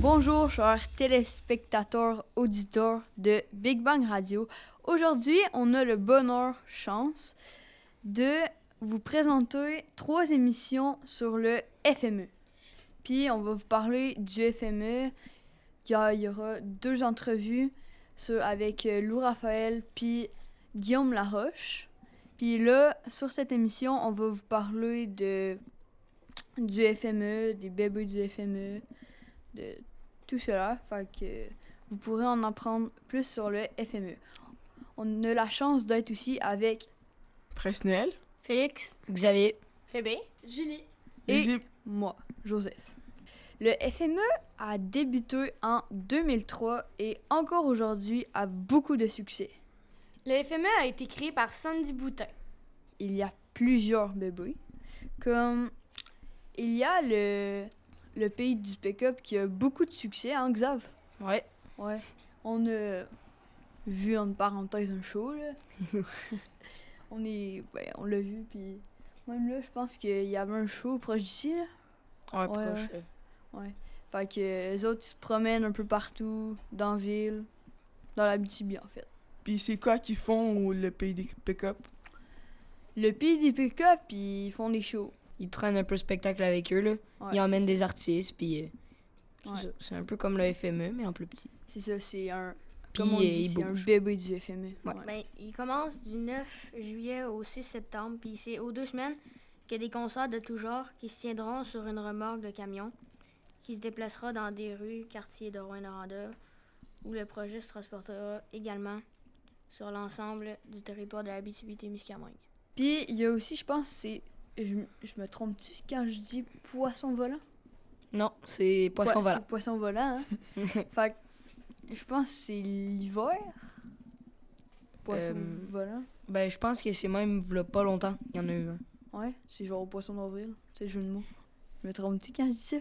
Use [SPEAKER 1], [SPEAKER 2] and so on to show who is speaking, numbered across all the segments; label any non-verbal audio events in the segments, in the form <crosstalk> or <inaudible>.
[SPEAKER 1] Bonjour, chers téléspectateurs, auditeurs de Big Bang Radio. Aujourd'hui, on a le bonheur, chance, de vous présenter trois émissions sur le FME. Puis, on va vous parler du FME. Il y, a- il y aura deux entrevues sur- avec euh, Lou Raphaël puis Guillaume Laroche. Puis là, sur cette émission, on va vous parler de, du FME, des bébés du FME, de tout cela. Fait que vous pourrez en apprendre plus sur le FME. On a la chance d'être aussi avec
[SPEAKER 2] Fresnel.
[SPEAKER 3] Félix,
[SPEAKER 4] Xavier.
[SPEAKER 3] Fébé, Julie.
[SPEAKER 1] Et-
[SPEAKER 2] Easy.
[SPEAKER 1] moi, Joseph. Le FME a débuté en 2003 et encore aujourd'hui a beaucoup de succès.
[SPEAKER 3] Le FME
[SPEAKER 5] E
[SPEAKER 3] a été créé par Sandy Boutin.
[SPEAKER 1] il y a plusieurs bébés. Comme il y a le, le pays du pick-up qui a beaucoup de succès, hein, Xav?
[SPEAKER 4] Ouais.
[SPEAKER 1] Ouais. On a vu en parenthèse un show,
[SPEAKER 4] <laughs>
[SPEAKER 1] là. on est. ouais, on l'a vu, puis même là, je pense qu'il y avait un show proche d'ici, là.
[SPEAKER 4] Ouais,
[SPEAKER 1] proche,
[SPEAKER 4] proche.
[SPEAKER 1] Fait que les autres, ils se promènent un peu partout, dans la ville, dans la BTB, en fait.
[SPEAKER 2] Puis c'est quoi qu'ils font au- le pays des pick-up?
[SPEAKER 1] Le pays des pick-up, ils font des shows.
[SPEAKER 4] Ils traînent un peu le spectacle avec eux, là.
[SPEAKER 1] Ouais,
[SPEAKER 4] Ils emmènent des artistes, puis. euh, c'est
[SPEAKER 1] Ouais.
[SPEAKER 4] ça. C'est un peu comme le FME, mais en plus petit.
[SPEAKER 1] C'est ça, c'est un.
[SPEAKER 4] Puis,
[SPEAKER 1] Comme on
[SPEAKER 4] euh,
[SPEAKER 1] dit,
[SPEAKER 4] ils
[SPEAKER 1] c'est un
[SPEAKER 4] bougent.
[SPEAKER 1] bébé du FME.
[SPEAKER 4] Ouais.
[SPEAKER 1] Ouais.
[SPEAKER 3] Ben, il commence du 9 juillet au 6 septembre, puis c'est aux deux semaines qu'il y a des concerts de tout genre qui se tiendront sur une remorque de camion qui se déplacera dans des rues, quartiers de Rouen-Noranda, où le projet se transportera également sur l'ensemble du territoire de la Bitibi-Témiscamingue.
[SPEAKER 1] Puis il y a aussi, je pense, c'est. Je, m- je me trompe-tu quand je dis poisson volant
[SPEAKER 4] Non, c'est Poisson
[SPEAKER 1] Ouais,
[SPEAKER 4] Valant.
[SPEAKER 1] c'est Poisson volant,
[SPEAKER 4] <laughs>
[SPEAKER 1] hein. Fait que je pense que c'est l'hiver. Poisson
[SPEAKER 4] Euh,
[SPEAKER 1] volant.
[SPEAKER 4] Ben, je pense que c'est même, v'là pas longtemps, il y en a eu un.
[SPEAKER 1] Ouais, c'est genre au poisson d'avril. C'est le jeu de mots. Je me trompe-tu quand je dis
[SPEAKER 4] <laughs>
[SPEAKER 1] ça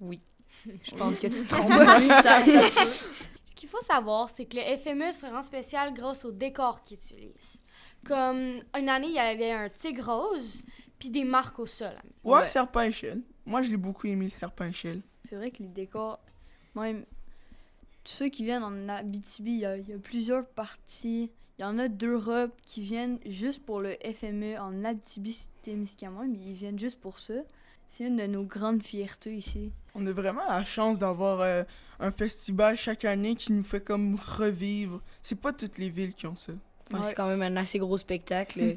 [SPEAKER 4] Oui. Je pense que tu te
[SPEAKER 1] <laughs>
[SPEAKER 4] trompes.
[SPEAKER 1] trompes.
[SPEAKER 5] Ce qu'il faut savoir, c'est que le FME se rend spécial grâce au décor qu'il utilise. Comme une année, il y avait un tigre rose, puis des marques au sol.
[SPEAKER 2] Ou un
[SPEAKER 4] Ouais.
[SPEAKER 2] serpent à échelle. Moi, je l'ai beaucoup aimé, le serpent à échelle.
[SPEAKER 1] c'est vrai que les décors, même. Tous ceux qui viennent en Abitibi, il y, a- il y a plusieurs parties. Il y en a d'Europe qui viennent juste pour le FME en Abitibi-Témiscamingue, mais ils viennent juste pour ça. C'est une de nos grandes fiertés ici.
[SPEAKER 2] On a vraiment la chance d'avoir euh, un festival chaque année qui nous fait comme revivre. C'est pas toutes les villes qui ont ça.
[SPEAKER 4] Ouais,
[SPEAKER 1] Ouais.
[SPEAKER 4] C'est quand même un assez gros
[SPEAKER 1] <laughs>
[SPEAKER 4] spectacle.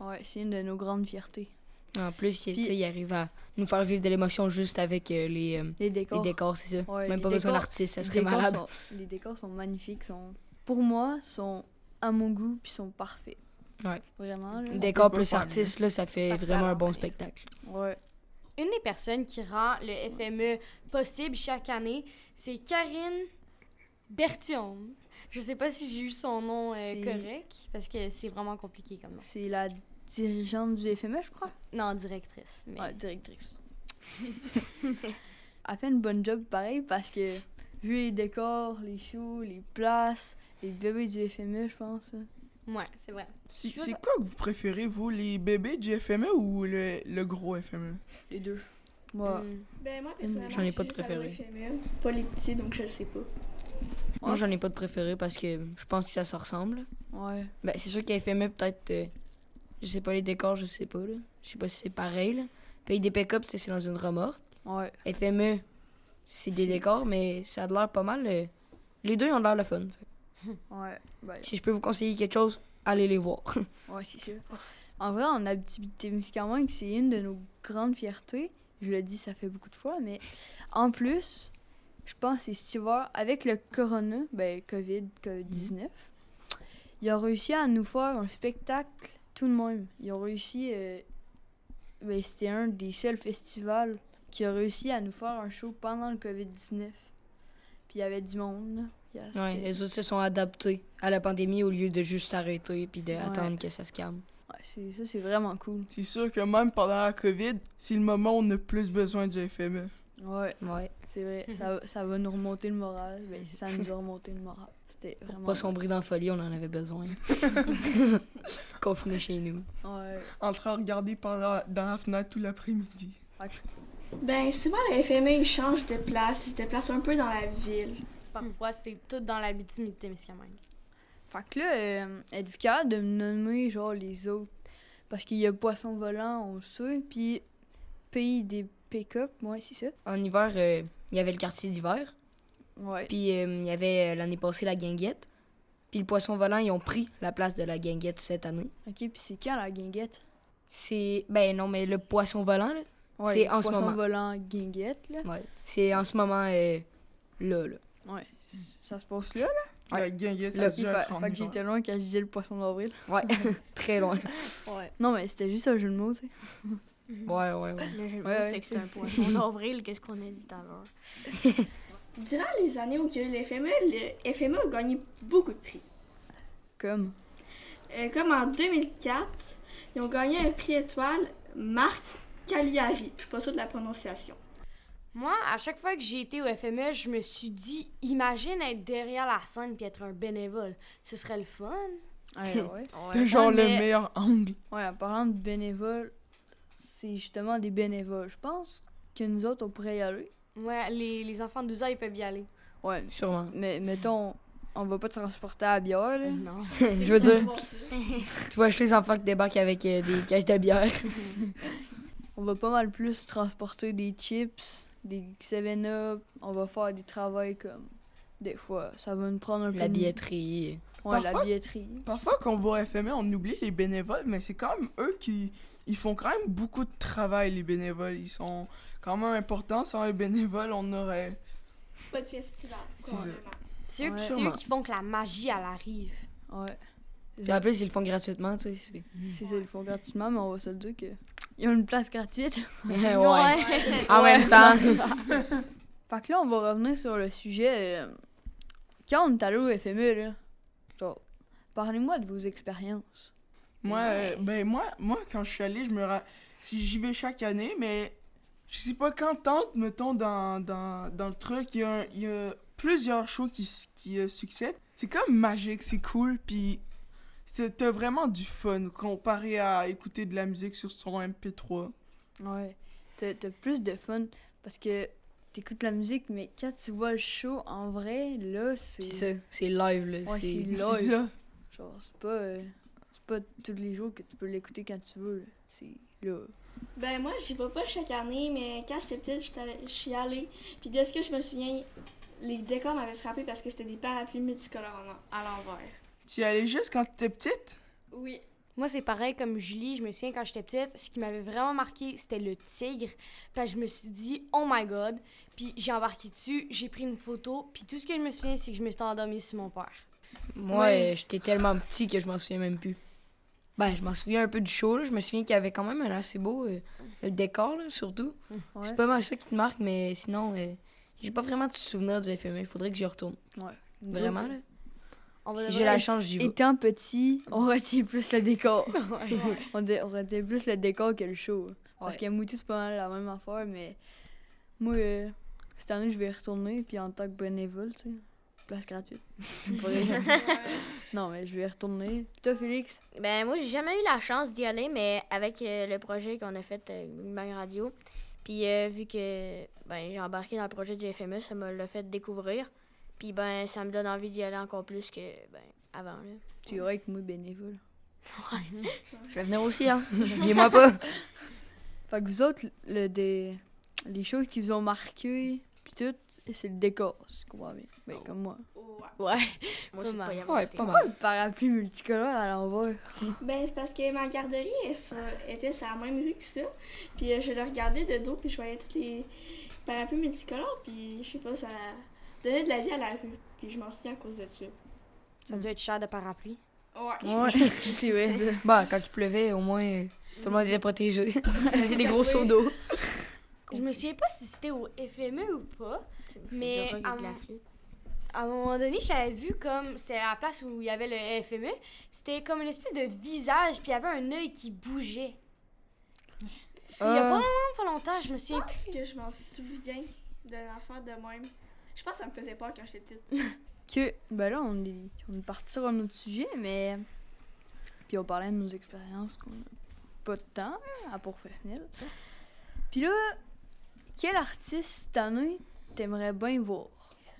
[SPEAKER 1] Ouais, c'est une de nos grandes fiertés.
[SPEAKER 4] en plus, il-
[SPEAKER 1] Puis-
[SPEAKER 4] tu sais, ils arrivent à nous faire vivre de l'émotion juste avec euh, les, euh,
[SPEAKER 1] Les
[SPEAKER 4] les
[SPEAKER 1] décors.
[SPEAKER 4] décors, c'est ça.
[SPEAKER 1] Ouais,
[SPEAKER 4] même
[SPEAKER 1] les
[SPEAKER 4] pas besoin
[SPEAKER 1] décors-
[SPEAKER 4] d'artiste, ça
[SPEAKER 1] les
[SPEAKER 4] serait
[SPEAKER 1] décors
[SPEAKER 4] malade.
[SPEAKER 1] sont- les décors sont magnifiques, sont, pour moi, sont à mon goût, puis sont parfaits.
[SPEAKER 4] Ouais.
[SPEAKER 1] Vraiment, là.
[SPEAKER 4] Décor
[SPEAKER 2] peut pas
[SPEAKER 4] plus
[SPEAKER 2] faire
[SPEAKER 4] artiste, là, ça fait
[SPEAKER 5] Parfait,
[SPEAKER 4] vraiment un
[SPEAKER 5] alors,
[SPEAKER 4] bon
[SPEAKER 5] ouais.
[SPEAKER 4] spectacle.
[SPEAKER 1] Ouais.
[SPEAKER 5] Une des personnes qui rend le FME possible chaque année, c'est Karine Bertion. Je sais pas si j'ai eu son nom euh,
[SPEAKER 1] C'est-
[SPEAKER 5] correct, parce que c'est vraiment compliqué comme nom.
[SPEAKER 1] C'est la dirigeante du FME, je crois.
[SPEAKER 5] Non, directrice. Mais...
[SPEAKER 1] Ouais, directrice. <laughs> Elle fait une bonne job pareil parce que vu les décors, les shows, les places, les bébés du FME, je pense. hein.
[SPEAKER 5] Ouais, c'est vrai.
[SPEAKER 2] C'est
[SPEAKER 5] Je veux
[SPEAKER 2] c'est
[SPEAKER 5] ça.
[SPEAKER 2] quoi que vous préférez, vous, les bébés du FME ou le, le gros E? FME?
[SPEAKER 1] Les deux. Moi,
[SPEAKER 5] Hum.
[SPEAKER 6] Ben moi personnellement,
[SPEAKER 4] Mm, J'en ai
[SPEAKER 6] je
[SPEAKER 4] pas de
[SPEAKER 6] suis juste allée au FME, pas les petits donc je le sais pas.
[SPEAKER 4] Moi, j'en ai pas de préféré parce que je pense que ça se ressemble.
[SPEAKER 1] ouais.
[SPEAKER 4] Ben, c'est sûr qu'il FME, peut-être. euh, je sais pas les décors, je sais pas, là. Je sais pas si c'est pareil, là. Pays des pick-up, tu sais, c'est dans une remorque.
[SPEAKER 1] Ouais.
[SPEAKER 4] FME, c'est des décors, mais ça a de l'air pas mal. euh, Les deux ils ont de l'air le fun. Fait
[SPEAKER 1] Ouais. ben,
[SPEAKER 4] que si je peux vous conseiller quelque chose, allez les voir. <laughs>
[SPEAKER 1] ouais, c'est sûr. En vrai, en Abitibi-Témiscamingue, c'est une de nos grandes fiertés. Je le dis, ça fait beaucoup de fois, mais en plus, je pense que cet hiver, avec le corona, ben, COVID, COVID-19, ils ont réussi à nous faire un spectacle tout de même. Ils ont réussi. euh, ben, c'était un des seuls festivals qui a réussi à nous faire un show pendant le COVID-19. Puis il y avait du monde. là. Il y a-
[SPEAKER 4] Ouais,
[SPEAKER 1] c'était-
[SPEAKER 4] les autres se sont adaptés à la pandémie au lieu de juste s'arrêter puis
[SPEAKER 1] Ouais.
[SPEAKER 4] d'attendre que ça se calme.
[SPEAKER 1] Ouais, c'est- ça, c'est vraiment cool.
[SPEAKER 2] C'est sûr que même pendant la COVID, c'est le moment où on a plus besoin du E. FME.
[SPEAKER 1] Ouais,
[SPEAKER 4] Ouais,
[SPEAKER 1] c'est
[SPEAKER 4] <laughs>
[SPEAKER 1] vrai. ça, ça va nous remonter le moral. Ben, ça nous a remonté le moral. C'était
[SPEAKER 4] pour
[SPEAKER 1] vraiment.
[SPEAKER 4] pas sombrer dans la folie, on en avait <laughs> besoin. Confiné chez nous.
[SPEAKER 1] Ouais.
[SPEAKER 2] En train de regarder pendant, dans la fenêtre tout l'après-midi.
[SPEAKER 6] Ben, souvent, le FME, il change de place. Il se déplace un peu dans la ville.
[SPEAKER 5] Parfois, c'est tout dans la bitimité, Miscamingue.
[SPEAKER 1] Fait que là, euh, êtes-vous capable de me nommer genre les autres? Parce qu'il y a Poisson volant, on le sait, puis Pays des pick-up, ouais, c'est ça.
[SPEAKER 4] En hiver, euh, il y avait le quartier d'hiver.
[SPEAKER 1] Ouais.
[SPEAKER 4] Puis euh, il y avait euh, l'année passée la guinguette. Puis le poisson volant, ils ont pris la place de la guinguette cette année.
[SPEAKER 1] Ok, puis c'est quand la guinguette?
[SPEAKER 4] C'est. Ben non, mais le poisson volant, là.
[SPEAKER 1] Ouais,
[SPEAKER 4] C'est en ce
[SPEAKER 1] Poisson
[SPEAKER 4] moment.
[SPEAKER 1] volant, guinguette, là.
[SPEAKER 4] Ouais. C'est en ce moment euh, là, là.
[SPEAKER 1] Ouais, c- ça se passe là, là.
[SPEAKER 2] La guinguette,
[SPEAKER 1] Ok,
[SPEAKER 2] c'est
[SPEAKER 1] fait,
[SPEAKER 2] déjà
[SPEAKER 1] fait que
[SPEAKER 2] en
[SPEAKER 1] j'étais loin quand je disais le poisson d'avril.
[SPEAKER 4] Ouais. <laughs> Très loin.
[SPEAKER 1] Ouais. Non, mais c'était juste un jeu de mots, tu sais.
[SPEAKER 4] Ouais, ouais, ouais.
[SPEAKER 3] Le jeu de
[SPEAKER 1] Ouais,
[SPEAKER 3] mots,
[SPEAKER 1] ouais.
[SPEAKER 3] c'est que c'est un poisson d'avril, qu'est-ce qu'on a dit tout à l'heure?
[SPEAKER 6] Durant les années où il y a eu le FME, le FME a gagné beaucoup de prix.
[SPEAKER 4] <laughs>
[SPEAKER 1] Comme.
[SPEAKER 6] Euh, comme en 2004, ils ont gagné un prix étoile Marc Cagliari. Je suis pas sûre de la prononciation.
[SPEAKER 5] Moi, à chaque fois que j'ai été au FME, je me suis dit, imagine être derrière la scène puis être un bénévole. Ce serait le fun.
[SPEAKER 1] Ouais, ouais.
[SPEAKER 2] T'as genre
[SPEAKER 1] Ouais,
[SPEAKER 2] le
[SPEAKER 1] mais-
[SPEAKER 2] meilleur angle.
[SPEAKER 1] Ouais, en parlant de bénévoles, c'est justement des bénévoles. Je pense que nous autres, on pourrait y aller.
[SPEAKER 5] Ouais, les, les enfants de 12 ans, ils peuvent y aller.
[SPEAKER 1] Ouais,
[SPEAKER 4] Sûrement.
[SPEAKER 1] mais mettons, on va pas transporter à la bière, là.
[SPEAKER 5] Non.
[SPEAKER 4] <laughs> Eh, Je veux dire, tu vois, je les enfants qui débarquent avec euh, des caisses de bière. <laughs>
[SPEAKER 1] On va pas mal plus transporter des chips, des 7-up. On va faire des travails comme. Des fois, ça va nous prendre un peu.
[SPEAKER 4] La
[SPEAKER 1] de-
[SPEAKER 4] billetterie.
[SPEAKER 1] Ouais, la
[SPEAKER 2] Parfois-
[SPEAKER 1] billetterie.
[SPEAKER 2] Parfois, quand on va au FME, on oublie les bénévoles, mais c'est quand même eux qui. Ils font quand même beaucoup de travail, les bénévoles. Ils sont quand même importants. Sans les bénévoles, on aurait.
[SPEAKER 6] Pas de festival,
[SPEAKER 2] C'est ça.
[SPEAKER 5] C'est eux,
[SPEAKER 1] Ouais.
[SPEAKER 5] qui- c'est eux
[SPEAKER 4] Sûrement.
[SPEAKER 5] qui font que la magie, elle arrive.
[SPEAKER 1] Ouais.
[SPEAKER 4] Puis en plus, ils le font gratuitement, tu sais.
[SPEAKER 1] C'est ça, ils le font gratuitement, mais on va se le dire que. Ils ont une place gratuite. <laughs>
[SPEAKER 4] c'est- <laughs> ouais. En même <laughs> temps.
[SPEAKER 1] Fait que là, on va revenir sur le sujet. euh, Quand on est allé au FME, là, genre, parlez-moi de vos expériences.
[SPEAKER 2] Moi, euh, ben moi, moi, quand je suis allée, je me ra- si j'y vais chaque année, mais je sais pas quand tente, mettons, dans, dans, dans le truc, il y, a un- il y a plusieurs shows qui, s- qui euh, succèdent. C'est comme magique, c'est cool, puis c'est- t'as vraiment du fun comparé à écouter de la musique sur son MP3.
[SPEAKER 1] Ouais. T'as t'as plus de fun parce que t'écoutes la musique, mais quand tu vois le show en vrai, là,
[SPEAKER 4] C'est
[SPEAKER 1] c'est.
[SPEAKER 4] ça. C'est live, là.
[SPEAKER 1] Ouais,
[SPEAKER 4] c'est-
[SPEAKER 1] c'est-
[SPEAKER 2] C'est
[SPEAKER 1] Live.
[SPEAKER 2] ça.
[SPEAKER 1] Genre, c'est pas. euh, c'est pas tous les jours que tu peux l'écouter quand tu veux. là. C'est là.
[SPEAKER 6] <laughs> Ben moi, j'y vais pas chaque année, mais quand j'étais petite, j'étais allée- je suis allée. Puis de ce que je me souviens, les décors m'avaient frappé parce que c'était des parapluies multicolores en- à l'envers.
[SPEAKER 2] Tu y allais juste quand t'étais petite?
[SPEAKER 6] Oui.
[SPEAKER 5] Moi, c'est pareil comme Julie. Je me souviens quand j'étais petite, ce qui m'avait vraiment marqué, c'était le tigre. Puis je me suis dit, oh my god. Puis j'ai embarqué dessus, j'ai pris une photo. Puis tout ce que je me souviens, c'est que je me suis endormie sur mon père.
[SPEAKER 4] Moi, euh, j'étais tellement petit que je m'en souviens même plus. Ben, je m'en souviens un peu du show. là. Je me souviens qu'il y avait quand même un assez beau euh, le décor, là, surtout.
[SPEAKER 1] Ouais.
[SPEAKER 4] C'est pas mal ça qui te marque, mais sinon, euh, j'ai pas vraiment de souvenir du FME. Il faudrait que j'y retourne.
[SPEAKER 1] Nous
[SPEAKER 4] Vraiment,
[SPEAKER 1] autres,
[SPEAKER 4] là.
[SPEAKER 5] On
[SPEAKER 4] Si
[SPEAKER 5] devrait-
[SPEAKER 4] j'ai la chance, j'y vais.
[SPEAKER 1] Étant petit, on retient plus le décor. on, dé- on retient plus le décor que le show. Parce
[SPEAKER 4] Ouais.
[SPEAKER 1] que Mouti, c'est pas mal la même affaire, mais moi, euh, cette année, je vais y retourner, puis en tant que bénévole, tu sais, place gratuite. <laughs> Pour les gens. non, mais je vais y retourner. Toi, Félix,
[SPEAKER 3] Ben moi j'ai jamais eu la chance d'y aller, mais avec euh, le projet qu'on a fait euh, Big Bang Radio, puis euh, vu que ben j'ai embarqué dans le projet du FME, ça me l'a fait découvrir, puis ben ça me donne envie d'y aller encore plus que ben avant là.
[SPEAKER 1] tu iras avec moi bénévole.
[SPEAKER 4] Je vais venir aussi, hein. Oubliez-moi pas.
[SPEAKER 1] <laughs> Fait que vous autres, le, des, les choses qui vous ont marqué, puis tout, c'est le décor, si je comprends bien. Ben, comme moi.
[SPEAKER 6] Ouais.
[SPEAKER 3] Moi c'est
[SPEAKER 5] Pas
[SPEAKER 3] pas y
[SPEAKER 5] mal.
[SPEAKER 3] avoir
[SPEAKER 4] Ouais,
[SPEAKER 3] été.
[SPEAKER 4] pas mal.
[SPEAKER 1] Le parapluie multicolore à l'envers.
[SPEAKER 6] Ben c'est parce que ma garderie elle, sur- était sur la même rue que ça. Puis euh, je le regardais de dos, puis je voyais tous les parapluies multicolores, puis je sais pas, ça donnait de la vie à la rue. Puis je m'en souviens à cause de ça.
[SPEAKER 5] Ça doit être cher de parapluie.
[SPEAKER 6] Ouais.
[SPEAKER 1] <laughs> Ouais, c'est vrai, ça.
[SPEAKER 4] Bah, quand il pleuvait, au moins, euh, tout le monde
[SPEAKER 1] <laughs>
[SPEAKER 4] était protégé. C'était des gros seaux d'eau.
[SPEAKER 5] Je me souviens pas si c'était au FME ou pas.
[SPEAKER 3] Je
[SPEAKER 5] Mais,
[SPEAKER 3] dirais qu'il y a de
[SPEAKER 5] à
[SPEAKER 3] la
[SPEAKER 5] mon-
[SPEAKER 3] flûte.
[SPEAKER 5] À un moment donné, j'avais vu comme c'était la place où il y avait le FME. C'était comme une espèce de visage, puis il y avait un œil qui bougeait. C'était il y a
[SPEAKER 1] Ah.
[SPEAKER 5] pas longtemps, pas longtemps, je me souviens plus.
[SPEAKER 6] Parce que je m'en souviens d'un enfant de même. Je pense que ça me faisait peur quand j'étais petite.
[SPEAKER 1] que ben là on est on est parti sur un autre sujet mais puis on parlait de nos expériences qu'on a pas de temps là, à professionnel puis là Quel artiste cette année t'aimerais bien voir?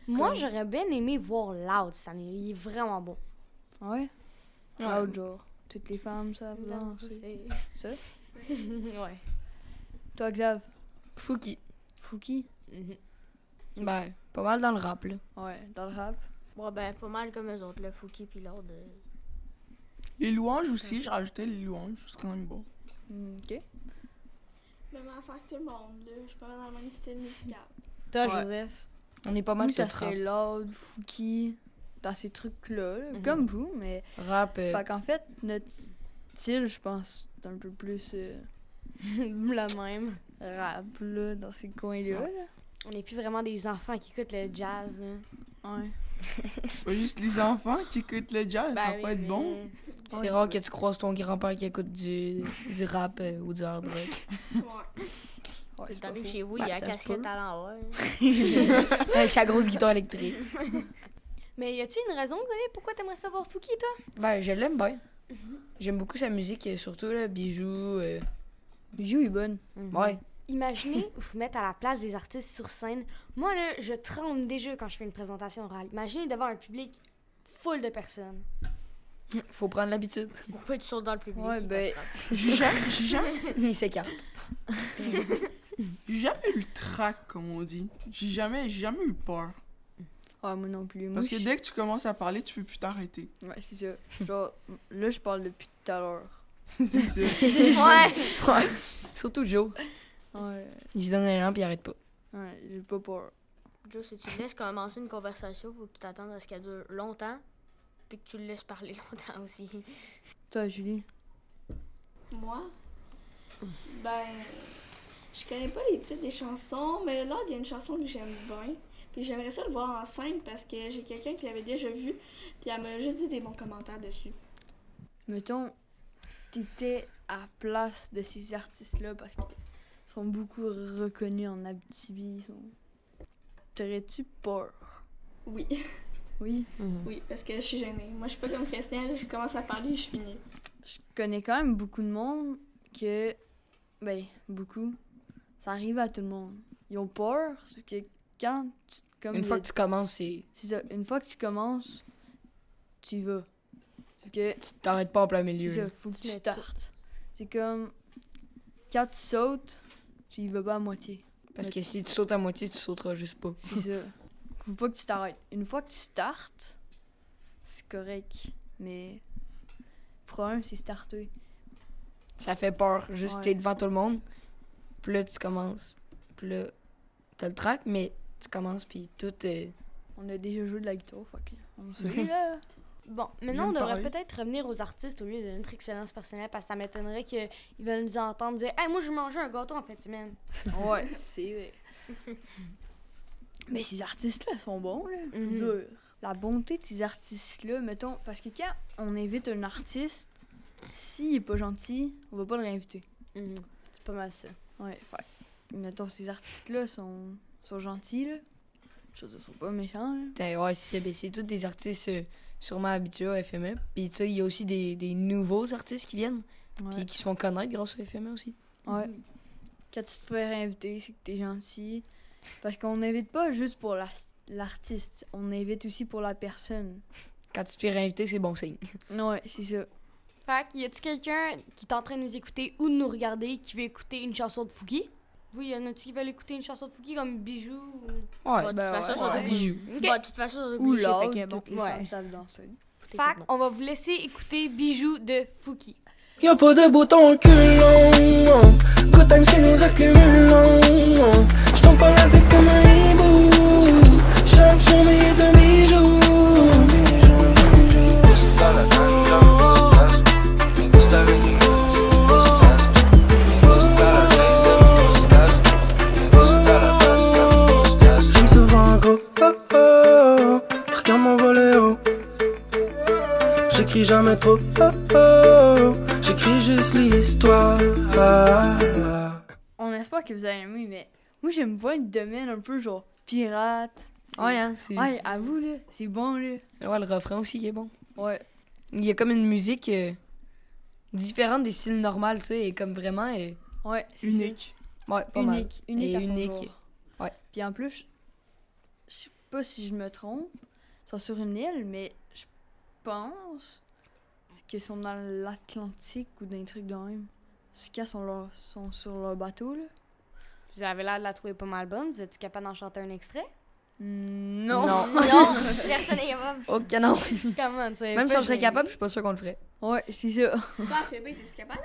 [SPEAKER 5] Moi, j'aurais bien aimé voir Loud cette année. Il est vraiment bon.
[SPEAKER 1] Ouais. L'autre jour. Toutes les femmes savent danser. Ça?
[SPEAKER 5] <laughs> ouais.
[SPEAKER 1] Toi, Xav?
[SPEAKER 4] Fouki.
[SPEAKER 1] Fouki?
[SPEAKER 3] Mhm.
[SPEAKER 4] Ben, pas mal dans le rap, là.
[SPEAKER 1] Ouais, dans le rap.
[SPEAKER 3] Bon, ben, pas mal comme eux autres, le Fouki puis l'autre. euh,
[SPEAKER 5] <laughs>
[SPEAKER 2] Les louanges aussi, je rajoutais les louanges, c'est quand même bon.
[SPEAKER 1] Mm, Ok.
[SPEAKER 6] Même affaire que tout le monde, là. Je suis pas dans le même style musical.
[SPEAKER 1] Toi,
[SPEAKER 4] Ouais.
[SPEAKER 1] Joseph?
[SPEAKER 4] On est pas mal
[SPEAKER 1] Moi, ça
[SPEAKER 4] tout rap.
[SPEAKER 1] serait Loud, Fouki, dans ces trucs-là, là, comme vous, mais...
[SPEAKER 4] Rap, Mhm. euh,
[SPEAKER 1] Fait qu'en fait, notre style, je pense, c'est un peu plus euh,
[SPEAKER 5] le même.
[SPEAKER 1] rap, là, dans ces coins-là.
[SPEAKER 5] On n'est plus vraiment des enfants qui écoutent le jazz. Là.
[SPEAKER 1] là. Ouais.
[SPEAKER 2] Pas juste les enfants qui écoutent le jazz, ça va
[SPEAKER 5] oui,
[SPEAKER 2] pas être
[SPEAKER 5] mais-
[SPEAKER 2] bon.
[SPEAKER 1] Ouais,
[SPEAKER 4] c'est rare que tu croises ton grand-père qui écoute du, du rap euh, ou du hard
[SPEAKER 1] <laughs>
[SPEAKER 4] rock.
[SPEAKER 6] Ouais.
[SPEAKER 1] Ouais,
[SPEAKER 3] Puis
[SPEAKER 1] c'est pas
[SPEAKER 3] t'arrives
[SPEAKER 1] faux.
[SPEAKER 3] chez vous, il
[SPEAKER 5] Bah,
[SPEAKER 4] Ouais,
[SPEAKER 3] y a la
[SPEAKER 4] ça se
[SPEAKER 3] casquette
[SPEAKER 4] peut.
[SPEAKER 3] à l'envers.
[SPEAKER 4] Avec sa grosse guitare électrique.
[SPEAKER 5] Mais y a-tu une raison, Xavier, pourquoi t'aimerais savoir Fouki, toi
[SPEAKER 4] Ben, je l'aime bien.
[SPEAKER 1] Mhm.
[SPEAKER 4] J'aime beaucoup sa musique, euh, surtout, là, bijoux. euh,
[SPEAKER 1] Bijou est bonne.
[SPEAKER 4] Ouais.
[SPEAKER 5] Imaginez vous mettre à la place des artistes sur scène. Moi, là, je tremble déjà quand je fais une présentation orale. Imaginez devant un public full de personnes.
[SPEAKER 4] Faut prendre
[SPEAKER 1] <laughs>
[SPEAKER 4] l'habitude.
[SPEAKER 3] Pourquoi tu sautes dans le public?
[SPEAKER 1] Ouais,
[SPEAKER 3] il
[SPEAKER 1] ben-
[SPEAKER 3] t'attrape?
[SPEAKER 2] J'ai jamais, j'ai jamais,
[SPEAKER 4] Il s'écarte.
[SPEAKER 2] j'ai jamais eu le trac, comme on dit. J'ai jamais, j'ai jamais eu peur.
[SPEAKER 1] Ouais, moi non plus. Moi,
[SPEAKER 2] Parce que
[SPEAKER 1] je-
[SPEAKER 2] dès que tu commences à parler, tu peux
[SPEAKER 1] <laughs>
[SPEAKER 2] plus t'arrêter.
[SPEAKER 1] Ouais, c'est
[SPEAKER 4] <laughs>
[SPEAKER 1] ça. Genre, là, je parle depuis tout à l'heure.
[SPEAKER 2] C'est ça.
[SPEAKER 5] <laughs>
[SPEAKER 4] ouais. Surtout Joe.
[SPEAKER 1] Ouais,
[SPEAKER 4] Il se donne un élan puis il arrête pas.
[SPEAKER 1] ouais, j'ai pas peur.
[SPEAKER 3] Joe, si tu laisses commencer une conversation, faut que tu t'attendes à ce qu'elle dure longtemps, puis que tu le laisses parler <laughs> longtemps aussi.
[SPEAKER 1] Toi, Julie?
[SPEAKER 6] Moi, ben, je connais pas les titres des chansons, mais là, il y a une chanson que j'aime bien. Puis j'aimerais ça le voir en scène parce que j'ai quelqu'un qui l'avait déjà vu, puis elle m'a juste dit des bons commentaires dessus.
[SPEAKER 1] Mettons, t'étais à la place de ces artistes-là parce qu'ils sont beaucoup reconnus en Abitibi. Ils sont... T'aurais-tu peur?
[SPEAKER 6] Oui,
[SPEAKER 1] Oui.
[SPEAKER 6] oui, parce que je suis gênée. Moi, je suis pas comme Fresnel, je commence à parler, je finis.
[SPEAKER 1] Je connais quand même beaucoup de monde que... Ben, beaucoup. Ça arrive à tout le monde. Ils ont peur, c'est que quand... tu- comme
[SPEAKER 4] Une fois
[SPEAKER 1] le-
[SPEAKER 4] que tu commences, c'est-
[SPEAKER 1] C'est ça. Une fois que tu commences, tu y vas. Parce que
[SPEAKER 4] tu t'arrêtes pas en plein
[SPEAKER 1] c'est
[SPEAKER 4] milieu.
[SPEAKER 1] ça,
[SPEAKER 4] là.
[SPEAKER 1] faut que tu
[SPEAKER 5] mets
[SPEAKER 1] startes. C'est comme quand tu sautes, tu y vas pas à moitié.
[SPEAKER 4] Parce que si tu sautes à moitié, tu sauteras juste pas.
[SPEAKER 1] C'est ça. Faut pas que tu t'arrêtes. Une fois que tu startes, c'est correct. Mais pour un, c'est starter.
[SPEAKER 4] Ça fait peur. Juste,
[SPEAKER 1] Ouais.
[SPEAKER 4] t'es devant tout le monde. Puis là, tu commences. Puis là, t'as le track, mais tu commences, puis tout. euh,
[SPEAKER 1] On a déjà joué de la guitare, fuck. On sait
[SPEAKER 5] <laughs>
[SPEAKER 1] là.
[SPEAKER 5] Bon, maintenant, on
[SPEAKER 2] J'aime
[SPEAKER 5] devrait
[SPEAKER 2] parler.
[SPEAKER 5] peut-être revenir aux artistes au lieu de notre expérience personnelle parce que ça m'étonnerait qu'ils veulent nous entendre dire Hey, moi, je mangeais un gâteau en fin de semaine.
[SPEAKER 1] Ouais, c'est vrai. Mais ces artistes-là sont bons, là.
[SPEAKER 5] Mhm.
[SPEAKER 1] Dur. La bonté de ces artistes-là, mettons, parce que quand on invite un artiste, s'il est pas gentil, on va pas le réinviter.
[SPEAKER 5] Mm-hmm. C'est pas mal ça.
[SPEAKER 1] Ouais, fait. que, Mettons, ces artistes-là sont, sont gentils, là. Je veux dire, ils sont pas méchants, là.
[SPEAKER 4] t'as- Ouais, c'est ben, c'est tous des artistes euh, sûrement habitués à FME. E. Puis tu sais, il y a aussi des, des nouveaux artistes qui viennent.
[SPEAKER 1] Ouais.
[SPEAKER 4] Puis qui se font connaître grâce au FME aussi.
[SPEAKER 1] Ouais. Mm. Quand tu te fais réinviter, c'est que t'es gentil. Parce qu'on n'invite pas juste pour la- l'artiste, on invite aussi pour la personne.
[SPEAKER 4] Quand tu te fais réinviter, c'est bon signe.
[SPEAKER 1] Ouais, c'est ça.
[SPEAKER 5] Fait que, y a-tu quelqu'un qui est en train de nous écouter ou de nous regarder qui veut écouter une chanson de Fouki Oui, y en a-tu qui veulent écouter une chanson de Fouki comme Bijou ou-
[SPEAKER 4] Bah Ouais.
[SPEAKER 3] Bon, de
[SPEAKER 1] ben
[SPEAKER 3] toute façon,
[SPEAKER 1] ouais.
[SPEAKER 3] sont
[SPEAKER 2] Ouais.
[SPEAKER 3] obligés.
[SPEAKER 4] Bijou.
[SPEAKER 3] Bon, de toute façon, sont
[SPEAKER 1] Ou
[SPEAKER 3] obligés,
[SPEAKER 1] là,
[SPEAKER 3] fait que
[SPEAKER 1] toutes
[SPEAKER 3] bon.
[SPEAKER 1] les
[SPEAKER 5] ouais.
[SPEAKER 1] femmes savent danser.
[SPEAKER 5] Fait qu'on va vous laisser écouter Bijou de Fouki.
[SPEAKER 7] Y'a pas de beau temps reculant Good times qui nous accumulons J'tombe pas la tête comme un hibou Chaque journée est un bijou J'aime souvent un gros oh, oh, Regarde mon volet haut oh. J'écris jamais trop, oh, oh, j'écris juste l'histoire.
[SPEAKER 1] On espère que vous avez aimé, mais moi j'aime bien le domaine un peu genre pirate. C'est-
[SPEAKER 4] Ouais, hein, c'est-
[SPEAKER 1] Ouais, à vous là, c'est bon là.
[SPEAKER 4] Ouais, le refrain aussi il est bon.
[SPEAKER 1] Ouais.
[SPEAKER 4] Il y a comme une musique euh, différente des styles normaux, tu sais, et comme vraiment. euh,
[SPEAKER 1] Ouais, c'est
[SPEAKER 2] Unique.
[SPEAKER 4] ouais, Ouais, pas mal.
[SPEAKER 1] unique, unique
[SPEAKER 4] Et
[SPEAKER 1] à son
[SPEAKER 4] unique.
[SPEAKER 1] jour.
[SPEAKER 4] Ouais.
[SPEAKER 1] Puis en plus, je sais pas si je me trompe, ils sont sur une île, mais je pense qu'ils sont dans l'Atlantique ou dans des trucs de même. Jusqu'à sont, leur- sont sur leur bateau, là.
[SPEAKER 5] Vous avez l'air de la trouver pas mal bonne. Vous êtes capable d'en chanter un <laughs> extrait?
[SPEAKER 1] Non.
[SPEAKER 3] Non, personne n'est capable.
[SPEAKER 4] Oh, que <laughs> non.
[SPEAKER 5] Comment ça?
[SPEAKER 4] Même si on serait capable, je suis pas sûr qu'on le ferait.
[SPEAKER 1] Ouais, c'est
[SPEAKER 4] <laughs>
[SPEAKER 1] ça.
[SPEAKER 6] Toi, Phoebe, t'es capable?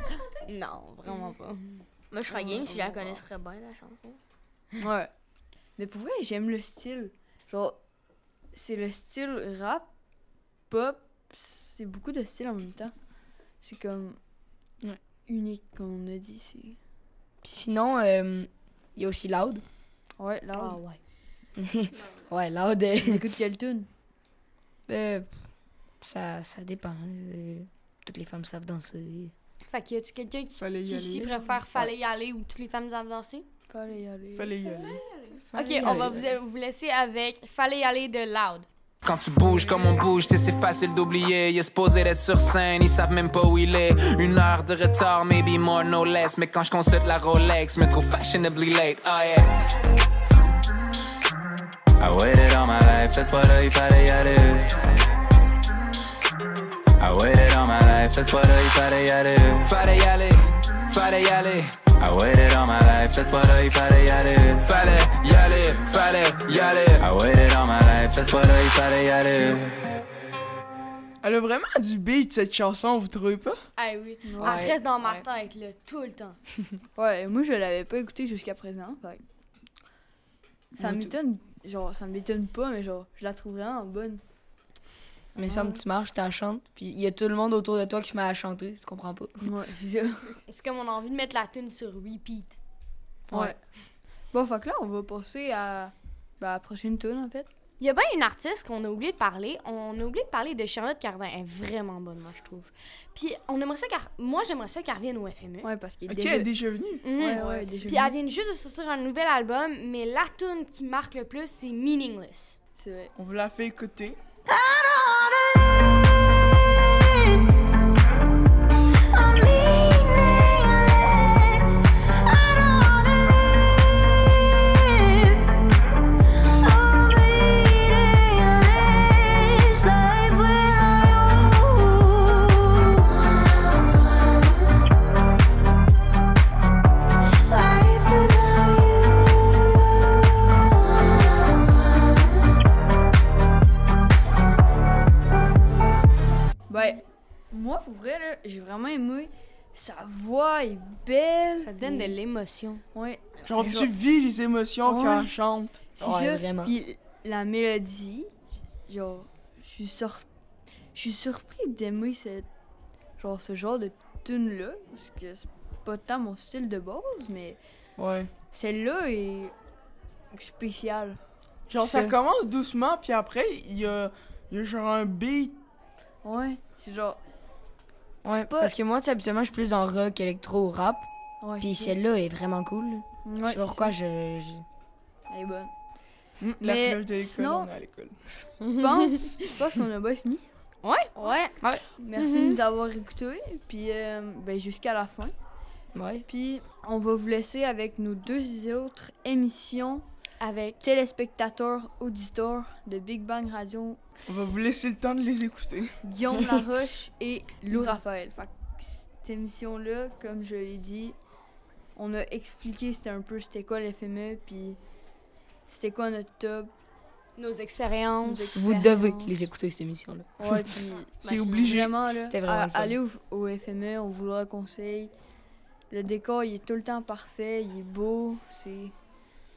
[SPEAKER 5] Non, vraiment pas.
[SPEAKER 3] Moi, je serais game si je la connaisserais bien, la chanson.
[SPEAKER 1] Ouais. Mais pour vrai, j'aime le style. Genre, c'est le style rap, pop, c'est beaucoup de styles en même temps. C'est comme
[SPEAKER 4] Ouais.
[SPEAKER 1] unique, comme on a dit ici.
[SPEAKER 4] Puis sinon, euh, il y a aussi Loud.
[SPEAKER 1] Ouais, là,
[SPEAKER 5] Ah ouais.
[SPEAKER 4] Ouais, Loud, euh, <laughs>
[SPEAKER 1] on écoute quelle tune?
[SPEAKER 4] euh, ça, ça dépend. euh, toutes les femmes savent danser.
[SPEAKER 5] Fait qu'il y a-tu quelqu'un qui,
[SPEAKER 2] Fallait y
[SPEAKER 5] qui s'y
[SPEAKER 2] aller.
[SPEAKER 5] préfère Fallait y aller ou toutes les femmes doivent danser?
[SPEAKER 1] Pas aller y aller.
[SPEAKER 2] Fallait y aller.
[SPEAKER 5] Ok, on va vous, vous laisser avec Fallait y aller de Loud.
[SPEAKER 8] Quand tu bouges comme on bouge, t'sais, c'est facile d'oublier. Il est supposé d'être sur scène, ils savent même pas où il est. Une heure de retard, maybe more no less. Mais quand je concède la Rolex, me trouve fashionably late. Ah yeah. I waited all my life, cette fois-là il fallait y aller. I waited all my life, cette fois-là il fallait y aller. Fallait y aller, fallait y aller. I waited all my life, cette fois-là il fallait y aller. Fallait y aller, fallait y aller. I waited all my life, cette fois-là il fallait y aller.
[SPEAKER 2] Elle a vraiment du beat, cette chanson, vous trouvez pas?
[SPEAKER 5] Ah oui. Elle reste dans ma tête, là, tout le temps.
[SPEAKER 1] Ouais, moi je l'avais pas écouté jusqu'à présent. fait que Ça
[SPEAKER 4] Moi, tout.
[SPEAKER 1] m'étonne, genre, ça m'étonne pas, mais genre, je la trouve vraiment bonne.
[SPEAKER 4] Mais ça, tu marches, tu la chantes, puis il y a tout le monde autour de toi qui se met à chanter, tu comprends pas.
[SPEAKER 1] Ouais, c'est ça.
[SPEAKER 5] C'est comme on a envie de mettre la tune sur repeat.
[SPEAKER 1] <laughs> Ouais. Bon, fait que là, on va passer à bah, la prochaine tune en fait.
[SPEAKER 5] Il y a bien une artiste qu'on a oublié de parler. On a oublié de parler de Charlotte Cardin. Elle est vraiment bonne, moi, je trouve. Puis on aimerait ça qu'elle- Moi, j'aimerais ça qu'elle revienne au FME.
[SPEAKER 1] Ouais, parce qu'il est
[SPEAKER 2] Ok, elle est déjà venue.
[SPEAKER 5] Mhm.
[SPEAKER 1] Ouais, ouais, déjà.
[SPEAKER 5] Puis elle vient juste de sortir un nouvel album, mais la tune qui marque le plus, c'est Meaningless.
[SPEAKER 1] C'est vrai.
[SPEAKER 2] On vous la fait écouter.
[SPEAKER 1] Ben, moi, pour vrai, là, j'ai vraiment aimé. Sa voix est belle.
[SPEAKER 5] Ça te donne de l'émotion.
[SPEAKER 1] Ouais,
[SPEAKER 2] Genre,
[SPEAKER 1] Mais
[SPEAKER 2] tu vis les émotions
[SPEAKER 1] Ouais.
[SPEAKER 2] quand elle chante.
[SPEAKER 1] c'est
[SPEAKER 4] Ouais,
[SPEAKER 1] ça.
[SPEAKER 4] vraiment.
[SPEAKER 1] Puis la mélodie, genre, je suis sur... je suis surpris d'aimer cette... genre, ce genre de tune-là. Parce que c'est pas tant mon style de base, mais
[SPEAKER 4] Ouais.
[SPEAKER 1] celle-là est spéciale.
[SPEAKER 2] Genre, ça
[SPEAKER 4] C'est-
[SPEAKER 2] commence doucement, puis après, il y a, il y a genre un beat.
[SPEAKER 1] Ouais, c'est genre.
[SPEAKER 4] Ouais,
[SPEAKER 1] Pas-
[SPEAKER 4] parce que moi, tu sais, habituellement, je suis plus dans rock, électro, rap.
[SPEAKER 1] Ouais,
[SPEAKER 4] Puis
[SPEAKER 1] c'est-
[SPEAKER 4] celle-là est vraiment cool. là.
[SPEAKER 1] Ouais,
[SPEAKER 4] je sais
[SPEAKER 1] c'est
[SPEAKER 4] pas pourquoi je. je-
[SPEAKER 1] ça. Elle est bonne.
[SPEAKER 2] Hmm, La
[SPEAKER 1] Mais
[SPEAKER 2] cloche de l'école,
[SPEAKER 1] sinon-
[SPEAKER 2] on est à l'école.
[SPEAKER 1] Je pense, je pense qu'on a bien fini.
[SPEAKER 3] Ouais.
[SPEAKER 1] Merci de nous avoir écoutés. Puis euh, ben, jusqu'à la fin.
[SPEAKER 4] Ouais.
[SPEAKER 1] Puis on va vous laisser avec nos deux autres émissions
[SPEAKER 5] Avec.
[SPEAKER 1] téléspectateurs, auditeurs de Big Bang Radio,
[SPEAKER 2] On va vous laisser le temps de les écouter.
[SPEAKER 1] Guillaume Laroche et Lou Raphaël. Fait que cette émission-là, comme je l'ai dit, on a expliqué c'était un peu c'était quoi l'FME, puis c'était quoi notre top.
[SPEAKER 5] Nos expériences.
[SPEAKER 4] Vous devez les écouter, cette émission-là.
[SPEAKER 1] Ouais, puis ben,
[SPEAKER 2] C'est obligé.
[SPEAKER 1] Vraiment, là,
[SPEAKER 4] C'était vraiment
[SPEAKER 1] à-
[SPEAKER 4] le fun.
[SPEAKER 1] allez au, au FME, on vous le conseille. Le décor, il est tout le temps parfait, il est beau, c'est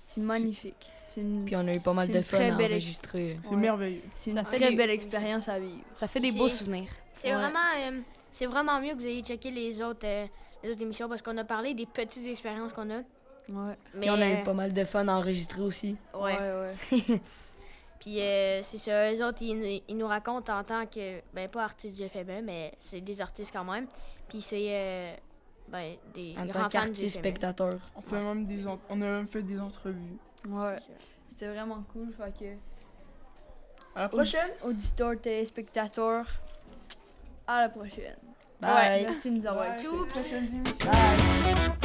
[SPEAKER 1] c'est magnifique. C'est une,
[SPEAKER 4] Puis on a eu pas mal
[SPEAKER 1] C'est
[SPEAKER 4] de
[SPEAKER 1] une
[SPEAKER 4] fun
[SPEAKER 1] très
[SPEAKER 4] à
[SPEAKER 1] belle ex-
[SPEAKER 4] enregistrer.
[SPEAKER 2] C'est
[SPEAKER 1] ouais,
[SPEAKER 2] merveilleux.
[SPEAKER 1] c'est
[SPEAKER 5] Ça
[SPEAKER 1] une
[SPEAKER 5] fait
[SPEAKER 1] très
[SPEAKER 5] des-
[SPEAKER 1] belle expérience à vivre.
[SPEAKER 5] Ça fait des
[SPEAKER 3] C'est-
[SPEAKER 5] beaux souvenirs.
[SPEAKER 3] C'est
[SPEAKER 1] Ouais.
[SPEAKER 3] vraiment. euh, c'est vraiment mieux que vous ayez checké les autres, euh, les autres émissions parce qu'on a parlé des petites expériences qu'on a.
[SPEAKER 1] Ouais,
[SPEAKER 3] Mais
[SPEAKER 4] Puis on a eu pas mal de fun à enregistrer aussi.
[SPEAKER 1] ouais,
[SPEAKER 3] Ouais.
[SPEAKER 1] ouais.
[SPEAKER 3] Puis euh, c'est ça, les autres, ils, ils nous racontent en tant que, ben pas artistes du FME, mais c'est des artistes quand même. Puis c'est, euh, ben, des
[SPEAKER 4] En tant
[SPEAKER 3] grands fans du
[SPEAKER 4] qu'artiste
[SPEAKER 3] FME.
[SPEAKER 4] spectateur.
[SPEAKER 2] On, fait même des en- on a même fait des entrevues.
[SPEAKER 1] Ouais. euh, C'était vraiment cool. Fait que.
[SPEAKER 2] À la prochaine!
[SPEAKER 1] audi- Auditeurs, téléspectateurs. À la prochaine.
[SPEAKER 4] Bye.
[SPEAKER 1] Merci de nous avoir
[SPEAKER 2] Bye.
[SPEAKER 1] écoutés.
[SPEAKER 2] Prochaines émissions.
[SPEAKER 4] Bye.